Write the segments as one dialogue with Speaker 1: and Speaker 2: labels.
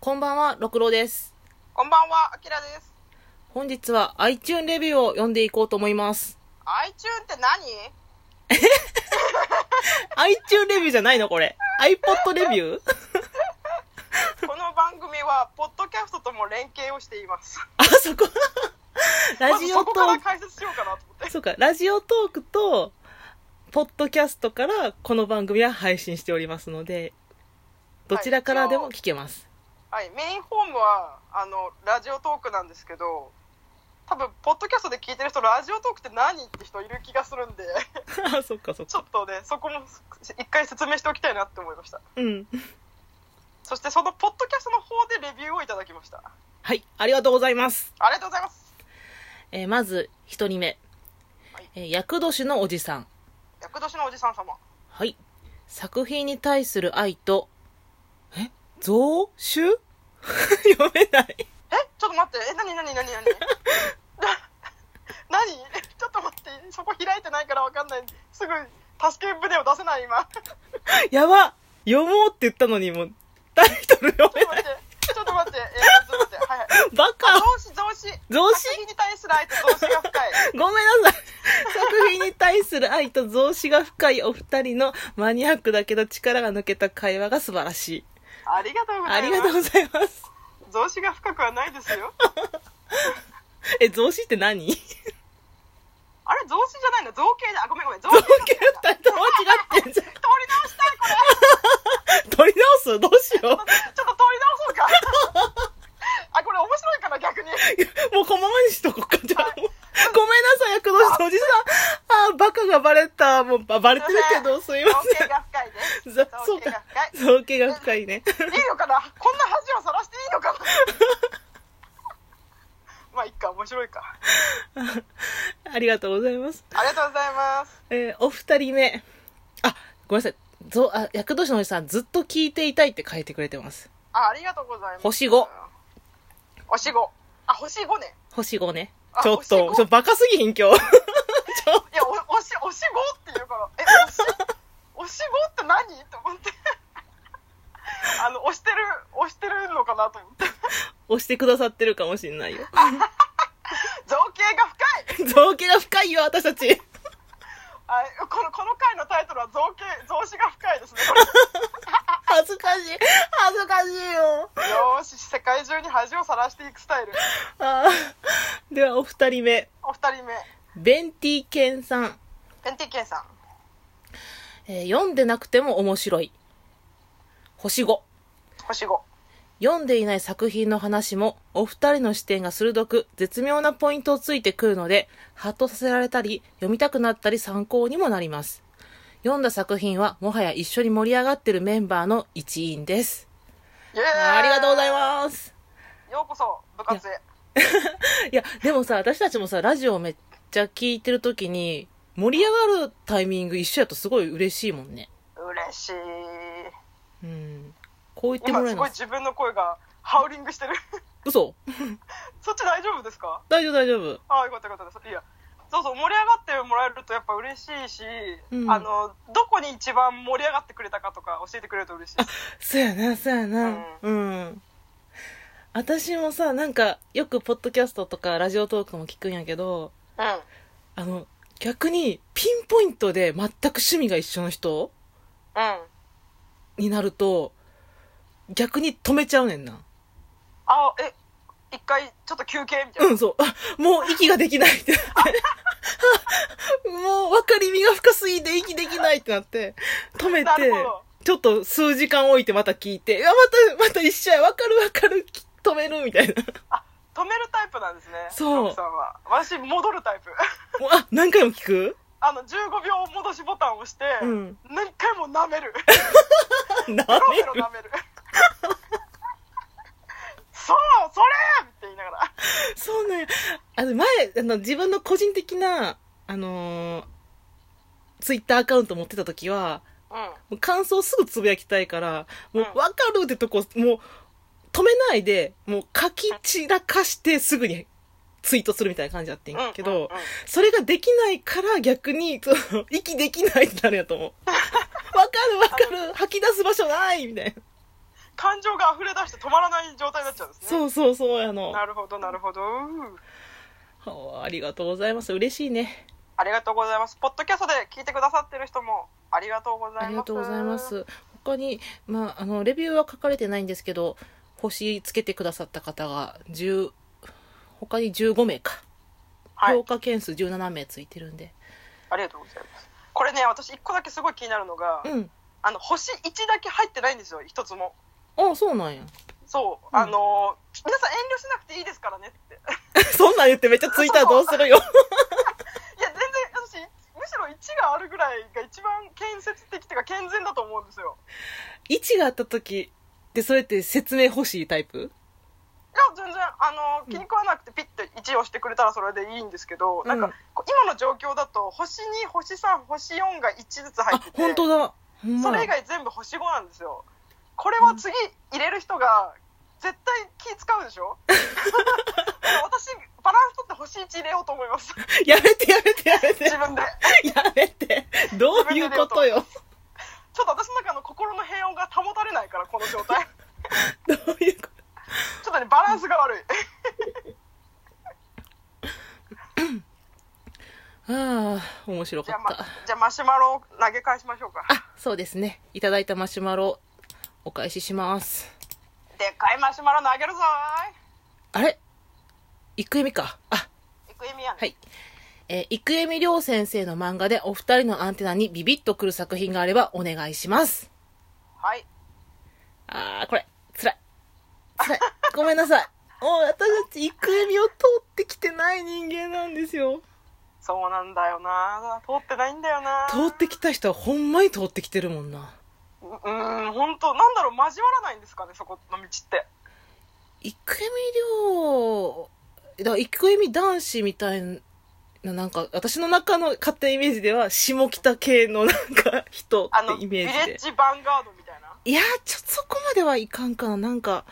Speaker 1: こんばんは、六郎です。
Speaker 2: こんばんは、あきらです。
Speaker 1: 本日は iTune レビューを読んでいこうと思います。
Speaker 2: iTune って何
Speaker 1: iTune レビューじゃないのこれ。iPod レビュー
Speaker 2: この番組は、 ポッドキャストとも連携をしています。
Speaker 1: あ、そこ。ラ
Speaker 2: ま
Speaker 1: ジ
Speaker 2: ず
Speaker 1: オ
Speaker 2: そ
Speaker 1: ト
Speaker 2: こから
Speaker 1: ー
Speaker 2: 解説しようかなと思って
Speaker 1: ク、。そうか、ラジオトークと、ポッドキャストからこの番組は配信しておりますので、どちらからでも聞けます。
Speaker 2: はい、メインホームは、あの、ラジオトークなんですけど、多分、ポッドキャストで聞いてる人、ラジオトークって何って人いる気がするんで、
Speaker 1: あ、そっかそっ
Speaker 2: ち
Speaker 1: か。
Speaker 2: ょっとね、そこも一回説明しておきたいなって思いました。
Speaker 1: うん。
Speaker 2: そして、そのポッドキャストの方でレビューをいただきました。
Speaker 1: はい、ありがとうございます。
Speaker 2: ありがとうございます。
Speaker 1: えーまず、一人目
Speaker 2: はい。
Speaker 1: えー、厄年のおじさん。
Speaker 2: 厄年のおじさん様。
Speaker 1: はい。作品に対する愛と、え増収 読めない。
Speaker 2: えちょっと待ってえ何何何何 な何ちょっと待ってそこ開いてないから分かんないすぐ助け舟を出せない今ちょっ
Speaker 1: やば読もうって言ったのにもう、タイトル読めな
Speaker 2: と待
Speaker 1: い
Speaker 2: っ。てちょっと待ってえー、ちょっと待ってはいはい
Speaker 1: バカ
Speaker 2: 動詞動詞
Speaker 1: 動詞
Speaker 2: 作品に対する愛と動詞が深い
Speaker 1: ごめんなさい。作品に対する愛と増資が深いお二人のマニアックだけど力が抜けた会話が素晴らしい。
Speaker 2: ありがとうござ
Speaker 1: あ
Speaker 2: い
Speaker 1: り
Speaker 2: ます
Speaker 1: がとうございます。
Speaker 2: 動詞が深くはないですよ
Speaker 1: え、増資って何 造
Speaker 2: あれ動詞じゃないの造形だあごめんごめん造形だ
Speaker 1: 形二人とも違ってんじゃん。
Speaker 2: 通り直したいこれ
Speaker 1: 取り直すどうしよ
Speaker 2: ちょっと通り直そうかあこれ面白いから逆に
Speaker 1: う。もうこのままにしとこうか。じゃあ、ごめんなさい、役の人おじさん。あー、バカがバレた。もうばバレてるけど、すいま
Speaker 2: 造
Speaker 1: せ
Speaker 2: 形が深いです
Speaker 1: ん。ざそ
Speaker 2: 造
Speaker 1: うか
Speaker 2: 形が深い。
Speaker 1: 造形が深いね。
Speaker 2: いいのかなこんな恥をさらしていい のかなまあいっか面白いか
Speaker 1: ありがとうございます。
Speaker 2: ありがとうございます
Speaker 1: えーお二人目。あ、ごめんなさい。ぞあ、役年のおじさん、ずっと聞いていたいって書いてくれてます。
Speaker 2: あありがとうございます
Speaker 1: 星五
Speaker 2: 星5あ星5ね
Speaker 1: 星5ね。
Speaker 2: あ
Speaker 1: ちょっと、ち
Speaker 2: 星
Speaker 1: ょ
Speaker 2: 五
Speaker 1: っとバカすぎひん、今日。 ちょ
Speaker 2: いやお星星5って言うからえ星星5って何と思って あの押してる押してるのかなと思って
Speaker 1: 押してくださってるかもしんないよ。
Speaker 2: 造形が深い
Speaker 1: 造形が深いよ、私たち。
Speaker 2: あこのこの回のタイトルは造形造詞が深いですねこれ
Speaker 1: 恥ずかしい。恥ずかしいよ。
Speaker 2: よーし世界中に恥をさらしていくスタイル
Speaker 1: あー では、お二人目。
Speaker 2: お二人目
Speaker 1: ベンティケンさん。
Speaker 2: ペンティケンさん
Speaker 1: えー読んでなくても面白い。星5。
Speaker 2: 星5
Speaker 1: 読んでいない作品の話も、お二人の視点が鋭く、絶妙なポイントをついてくるので、ハッとさせられたり、読みたくなったり参考にもなります。読んだ作品は、もはや一緒に盛り上がってるメンバーの一員です。
Speaker 2: イエーイ
Speaker 1: ありがとうございます。
Speaker 2: すようこそ部活へ
Speaker 1: いや、でもさ、私たちもさ、ラジオめっちゃ聞いてる時に、盛り上がるタイミング一緒やとすごい嬉しいもんね。
Speaker 2: 嬉しい
Speaker 1: うん。こう言っても
Speaker 2: 今
Speaker 1: らえ
Speaker 2: す
Speaker 1: るの
Speaker 2: ごい自分の声がハウリングしてる
Speaker 1: 嘘
Speaker 2: そっち大丈夫ですか
Speaker 1: 大丈夫大丈夫。
Speaker 2: ああよかったよかったですいやそうそう盛り上がってもらえるとやっぱ嬉しいし、
Speaker 1: うん
Speaker 2: あのどこに一番盛り上がってくれたかとか教えてくれると嬉しいです
Speaker 1: そうやな、そうやな。うん。私もさ、なんか、よくポッドキャストとかラジオトークも聞くんやけど、
Speaker 2: うんあ
Speaker 1: あの、逆に、ピンポイントで全く趣味が一緒の人
Speaker 2: うん
Speaker 1: になると、逆に止めちゃうねんな。
Speaker 2: あえ一回ちょっと休憩みたいな、
Speaker 1: うん、そう。あ、もう息ができないってな って。もう分かりみが深すぎて息できないってなって、止めて
Speaker 2: なるほど、
Speaker 1: ちょっと数時間置いてまた聞いて、いや、また、また一緒や、分かる分かる、き止めるみたいな。
Speaker 2: 止めるタイプなんですね
Speaker 1: そう
Speaker 2: ロクさんは私戻るタイプ
Speaker 1: もうあ、何回も聞く
Speaker 2: あの15秒戻しボタンを押して、
Speaker 1: うん
Speaker 2: 何回も舐める
Speaker 1: な
Speaker 2: ペロペロ
Speaker 1: める
Speaker 2: 舐めるそうそれって言いながら
Speaker 1: そうね。あの、前、あの、自分の個人的な、あのーツイッターアカウント持ってた時は、
Speaker 2: うん
Speaker 1: もう感想すぐつぶやきたいから、もう
Speaker 2: うん
Speaker 1: わかるってとこ、もう止めないで、もう書き散らかしてすぐにツイートするみたいな感じだってん
Speaker 2: うん
Speaker 1: けど
Speaker 2: うん、うん
Speaker 1: それができないから逆に、その息 できないってなるんやと思う。わかるわかる吐き出す場所ないみたいな。
Speaker 2: 感情が溢れ出して止まらない状態になっちゃうんですね
Speaker 1: そうそうそうやの
Speaker 2: なるほどなるほど
Speaker 1: ありがとうございます嬉しいね
Speaker 2: ありがとうございますポッドキャストで聞いてくださってる人もありがとうございます
Speaker 1: ありがとうございます他に、まあ、あのレビューは書かれてないんですけど星つけてくださった方が10他に15名か、
Speaker 2: はい
Speaker 1: 評価件数17名ついてるんで
Speaker 2: ありがとうございますこれね私一個だけすごい気になるのが、
Speaker 1: うん
Speaker 2: あの星1だけ入ってないんですよ一つも
Speaker 1: あそうなんや
Speaker 2: そう、
Speaker 1: うん
Speaker 2: あのー皆さん遠慮しなくていいですからねって
Speaker 1: そんなん言ってめっちゃツイッターどうする よ
Speaker 2: いや全然私むしろ1があるぐらいが一番建設的っていうか健全だと思うんですよ
Speaker 1: 位置があった時でそれって説明欲しいタイプ
Speaker 2: いや全然あの気に食わなくてピッて1をしてくれたらそれでいいんですけど、
Speaker 1: うん
Speaker 2: なんかこう今の状況だと星2星3星4が1ずつ入
Speaker 1: あ
Speaker 2: ってて
Speaker 1: 本当だほんま
Speaker 2: そ
Speaker 1: や
Speaker 2: れ以外全部星5なんですよこれは次入れる人が絶対気使うで しょだから私バランス取って星1入れようと思います
Speaker 1: やめてやめてやめ て
Speaker 2: 自分で
Speaker 1: やめてどういうことよ
Speaker 2: ちょっと私の中の心の平穏が保たれないからこの 状態
Speaker 1: どういうこ
Speaker 2: ちょっとねバランスが悪い
Speaker 1: とああ面白
Speaker 2: じ
Speaker 1: か
Speaker 2: ゃあ
Speaker 1: っ、た、
Speaker 2: まじゃあマシュマロを投げ返しましょうか
Speaker 1: あそうですねいただいたマシュマロお返しします
Speaker 2: でっかいマシュマロ投げるぞ
Speaker 1: あれイクエミかあ
Speaker 2: ーいいく意味やね、
Speaker 1: はいえー、イクエミりょう先生の漫画でお二人のアンテナにビビッとくる作品があればお願いします
Speaker 2: はい。
Speaker 1: あーこれつらいつらいごめんなさい もう私たちイクエミを通ってきてない人間なんですよ
Speaker 2: そうなんだよな通ってないんだよな
Speaker 1: 通ってきた人はほんまに通ってきてるもんな
Speaker 2: ううーん、本当なんだろう、交わらないんですかね、そこの道って。
Speaker 1: イクエミ寮だからイクエミ男子みたいななんか私の中の勝手なイメージでは下北系のなんか人
Speaker 2: あの、
Speaker 1: ってイ
Speaker 2: ビ
Speaker 1: メ
Speaker 2: レ
Speaker 1: ージで
Speaker 2: ッジヴァンガードみたいな。
Speaker 1: いやちょっとそこまではいかんかななんか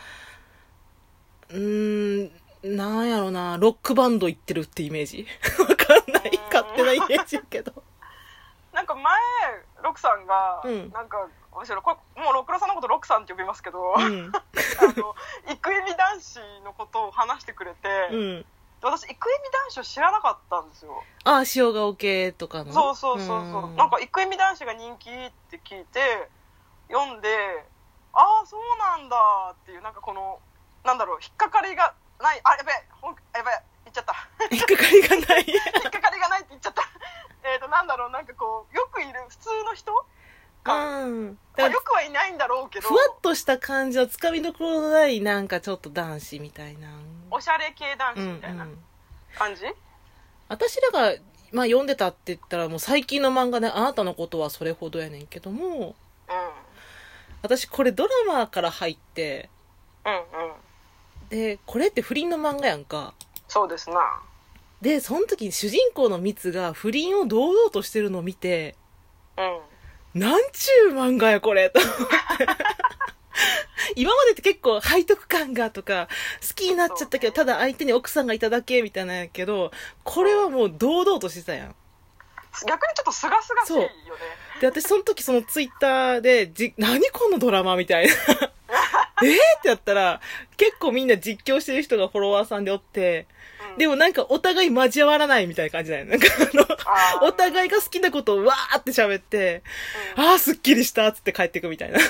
Speaker 1: うーんなんやろなロックバンド行ってるってイメージ わかんない勝手なイメージやけど
Speaker 2: なんか前、ロクさんが、
Speaker 1: うん
Speaker 2: なんか、むしろこれ、もうロクロさんのことロクさんって呼びますけど、
Speaker 1: う
Speaker 2: あ
Speaker 1: ん
Speaker 2: の、イクエミ男子のことを話してくれて、
Speaker 1: うん
Speaker 2: 私、イクエミ男子を知らなかったんですよ。
Speaker 1: ああ塩顔系とかの
Speaker 2: そうそうそうそう。なんか、イクエミ男子が人気って聞いて、読んで、ああ、そうなんだっていう、なんかこの、なんだろう、引っかかりがない、あ、やべえ、ほんやべえ、言っちゃった。
Speaker 1: 引っかかりがない
Speaker 2: 引っかかりがないって言っちゃった。 えっと、なんだろう、なんかこう、よくいる普通の人が、
Speaker 1: うん
Speaker 2: まあ、よくはいないんだろうけど
Speaker 1: ふ、わっとした感じのつかみどころのないなんかちょっと男子みたいな
Speaker 2: おしゃれ系男
Speaker 1: うん
Speaker 2: 子
Speaker 1: う
Speaker 2: みたいなん感じ、
Speaker 1: 私らが、まあ、読んでたって言ったらもう最近の漫画で「あなたのことはそれほどやねんけども
Speaker 2: う
Speaker 1: 私これドラマから入って
Speaker 2: ん、うん、うん。
Speaker 1: でこれって不倫の漫画やんか
Speaker 2: そうですな。
Speaker 1: でその時に主人公のミツが不倫を堂々としてるのを見て
Speaker 2: うん。
Speaker 1: なんちゅう漫画やこれと思って 今までって結構背徳感がとか好きになっちゃったけど
Speaker 2: そ
Speaker 1: ただ相手に奥さんがいただけみたいなんやけどこれはもう堂々としてたやん
Speaker 2: 逆にちょっとすがすがしいよね。
Speaker 1: で私その時そのツイッターでじ「何このドラマ」みたいな えーってやったら結構みんな実況してる人がフォロワーさんでおって
Speaker 2: うん
Speaker 1: でもなんかお互い交わらないみたいな感じだよねなんか
Speaker 2: あ
Speaker 1: あ
Speaker 2: ー
Speaker 1: のお互いが好きなことをわーって喋って
Speaker 2: うん
Speaker 1: ああすっきりしたっつって帰ってくみたいな
Speaker 2: あ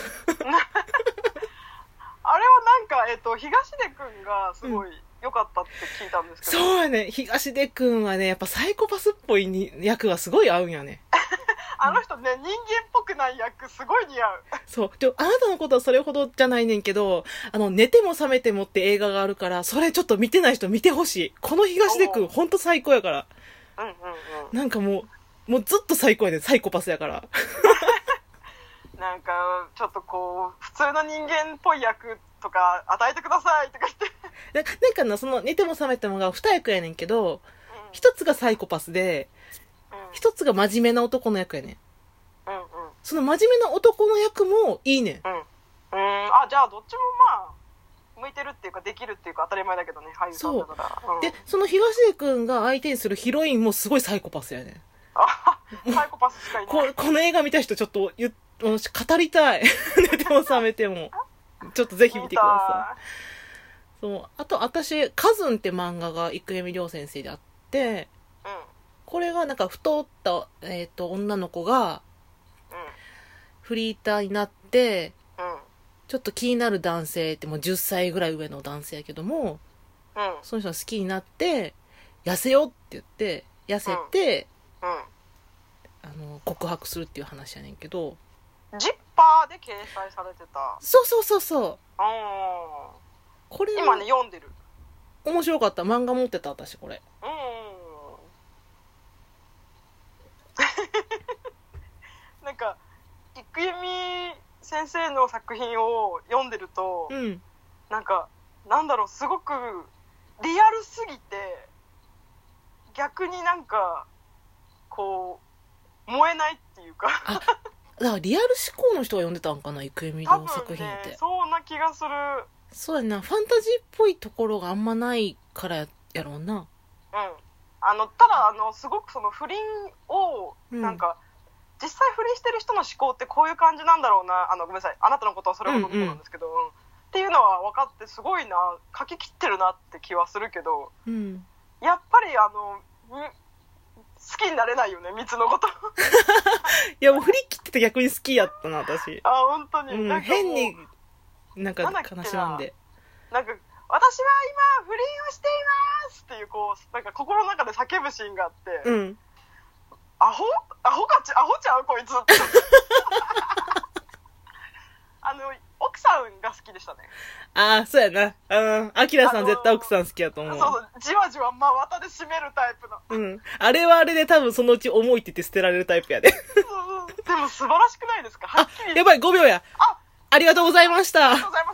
Speaker 2: れはなんか、えっ、と、東出くんがすごい良かったって聞いたんですけど、
Speaker 1: そうやね。東出くんはね、やっぱサイコパスっぽいに役がすごい合うんやね。
Speaker 2: あの人ね、人間っぽくない役すごい似合う。
Speaker 1: そう。でも、あなたのことはそれほどじゃないねんけど、あの、寝ても覚めてもって映画があるから、それちょっと見てない人見てほしい。この東出く
Speaker 2: お
Speaker 1: ん、ほんと最高やから。
Speaker 2: うんうんう
Speaker 1: なんかもう、もうずっと最高やねんサイコパスやから。
Speaker 2: ん。なんか、ちょっとこう、普通の人間っぽい役とか与えてくださいとか言って。
Speaker 1: ななんかな、その、寝ても覚めてもが二役やねんけど、一つがサイコパスで、
Speaker 2: うんうん
Speaker 1: 一つが真面目な男の役やねん。
Speaker 2: うんうん
Speaker 1: その真面目な男の役もいいねん。
Speaker 2: うん。うーん、あ、じゃあどっちもまあ、向いてるっていうか、できるっていうか当たり前だけどね、俳優さんだから。うん
Speaker 1: で、その東出くんが相手にするヒロインもすごいサイコパスやねん。
Speaker 2: あサイコパスしかいない。
Speaker 1: ここの映画見た人ちょっと言っうん語りたい寝ても覚めてもちょっとぜひ見てください。そう。あと、私、カズンって漫画が郁恵美涼先生であって、
Speaker 2: 見たい
Speaker 1: これがなんか太った、えっ、と、女の子がフリーターになって、
Speaker 2: うんうん
Speaker 1: ちょっと気になる男性ってもう10歳ぐらい上の男性やけども、
Speaker 2: うん
Speaker 1: その人が好きになって、痩せようって言って、痩せて、
Speaker 2: うん
Speaker 1: あの、告白するっていう話やねんけど、
Speaker 2: うんジッパーで掲載されてた
Speaker 1: そうそうそうそう。
Speaker 2: うん
Speaker 1: これ、
Speaker 2: 今ね読んでる
Speaker 1: 面白かった。漫画持ってた、私、これ。
Speaker 2: うんなんか郁恵美先生の作品を読んでると、
Speaker 1: うん。
Speaker 2: なんかなんだろうすごくリアルすぎて逆になんかこう燃えないっていうか
Speaker 1: だから、リアル思考の人が読んでたんかな、郁恵美
Speaker 2: 多
Speaker 1: の作
Speaker 2: 分
Speaker 1: 品って。
Speaker 2: ねそんな気がする
Speaker 1: そうやな、ファンタジーっぽいところがあんまないからややろうな。
Speaker 2: うんあのただあのすごくその不倫を
Speaker 1: うん
Speaker 2: なんか、実際不倫してる人の思考ってこういう感じなんだろうなあのごめんなさいあなたのことはそれほどのことなんですけど、うんっていうのは分かってすごいな書き切ってるなって気はするけど
Speaker 1: うん。
Speaker 2: やっぱりあのん好きになれないよねつのこと
Speaker 1: いや、もう振り切ってて逆に好きやったな、私。
Speaker 2: あ本当に、
Speaker 1: う、
Speaker 2: なんんかもう
Speaker 1: 変に、なんか
Speaker 2: なんだっけな
Speaker 1: 悲しなんで。
Speaker 2: なんか私は今不倫をしていますっていうこうなんか心の中で叫ぶシーンがあって、
Speaker 1: うん。
Speaker 2: アホアホかちアホちゃうこいつ ってあの奥さんが好きでしたね、
Speaker 1: ああ、そうやな。うん。アキラさん絶対奥さん好きやと思
Speaker 2: そう
Speaker 1: う。
Speaker 2: そうじわじわ真綿で締めるタイプの
Speaker 1: うん。あれはあれで多分そのうち重いって言って捨てられるタイプやで。
Speaker 2: そうそうでも素晴らしくないですかはっきり
Speaker 1: やばい、5秒や。
Speaker 2: あ
Speaker 1: ありがとうございました
Speaker 2: ありがとう。ございました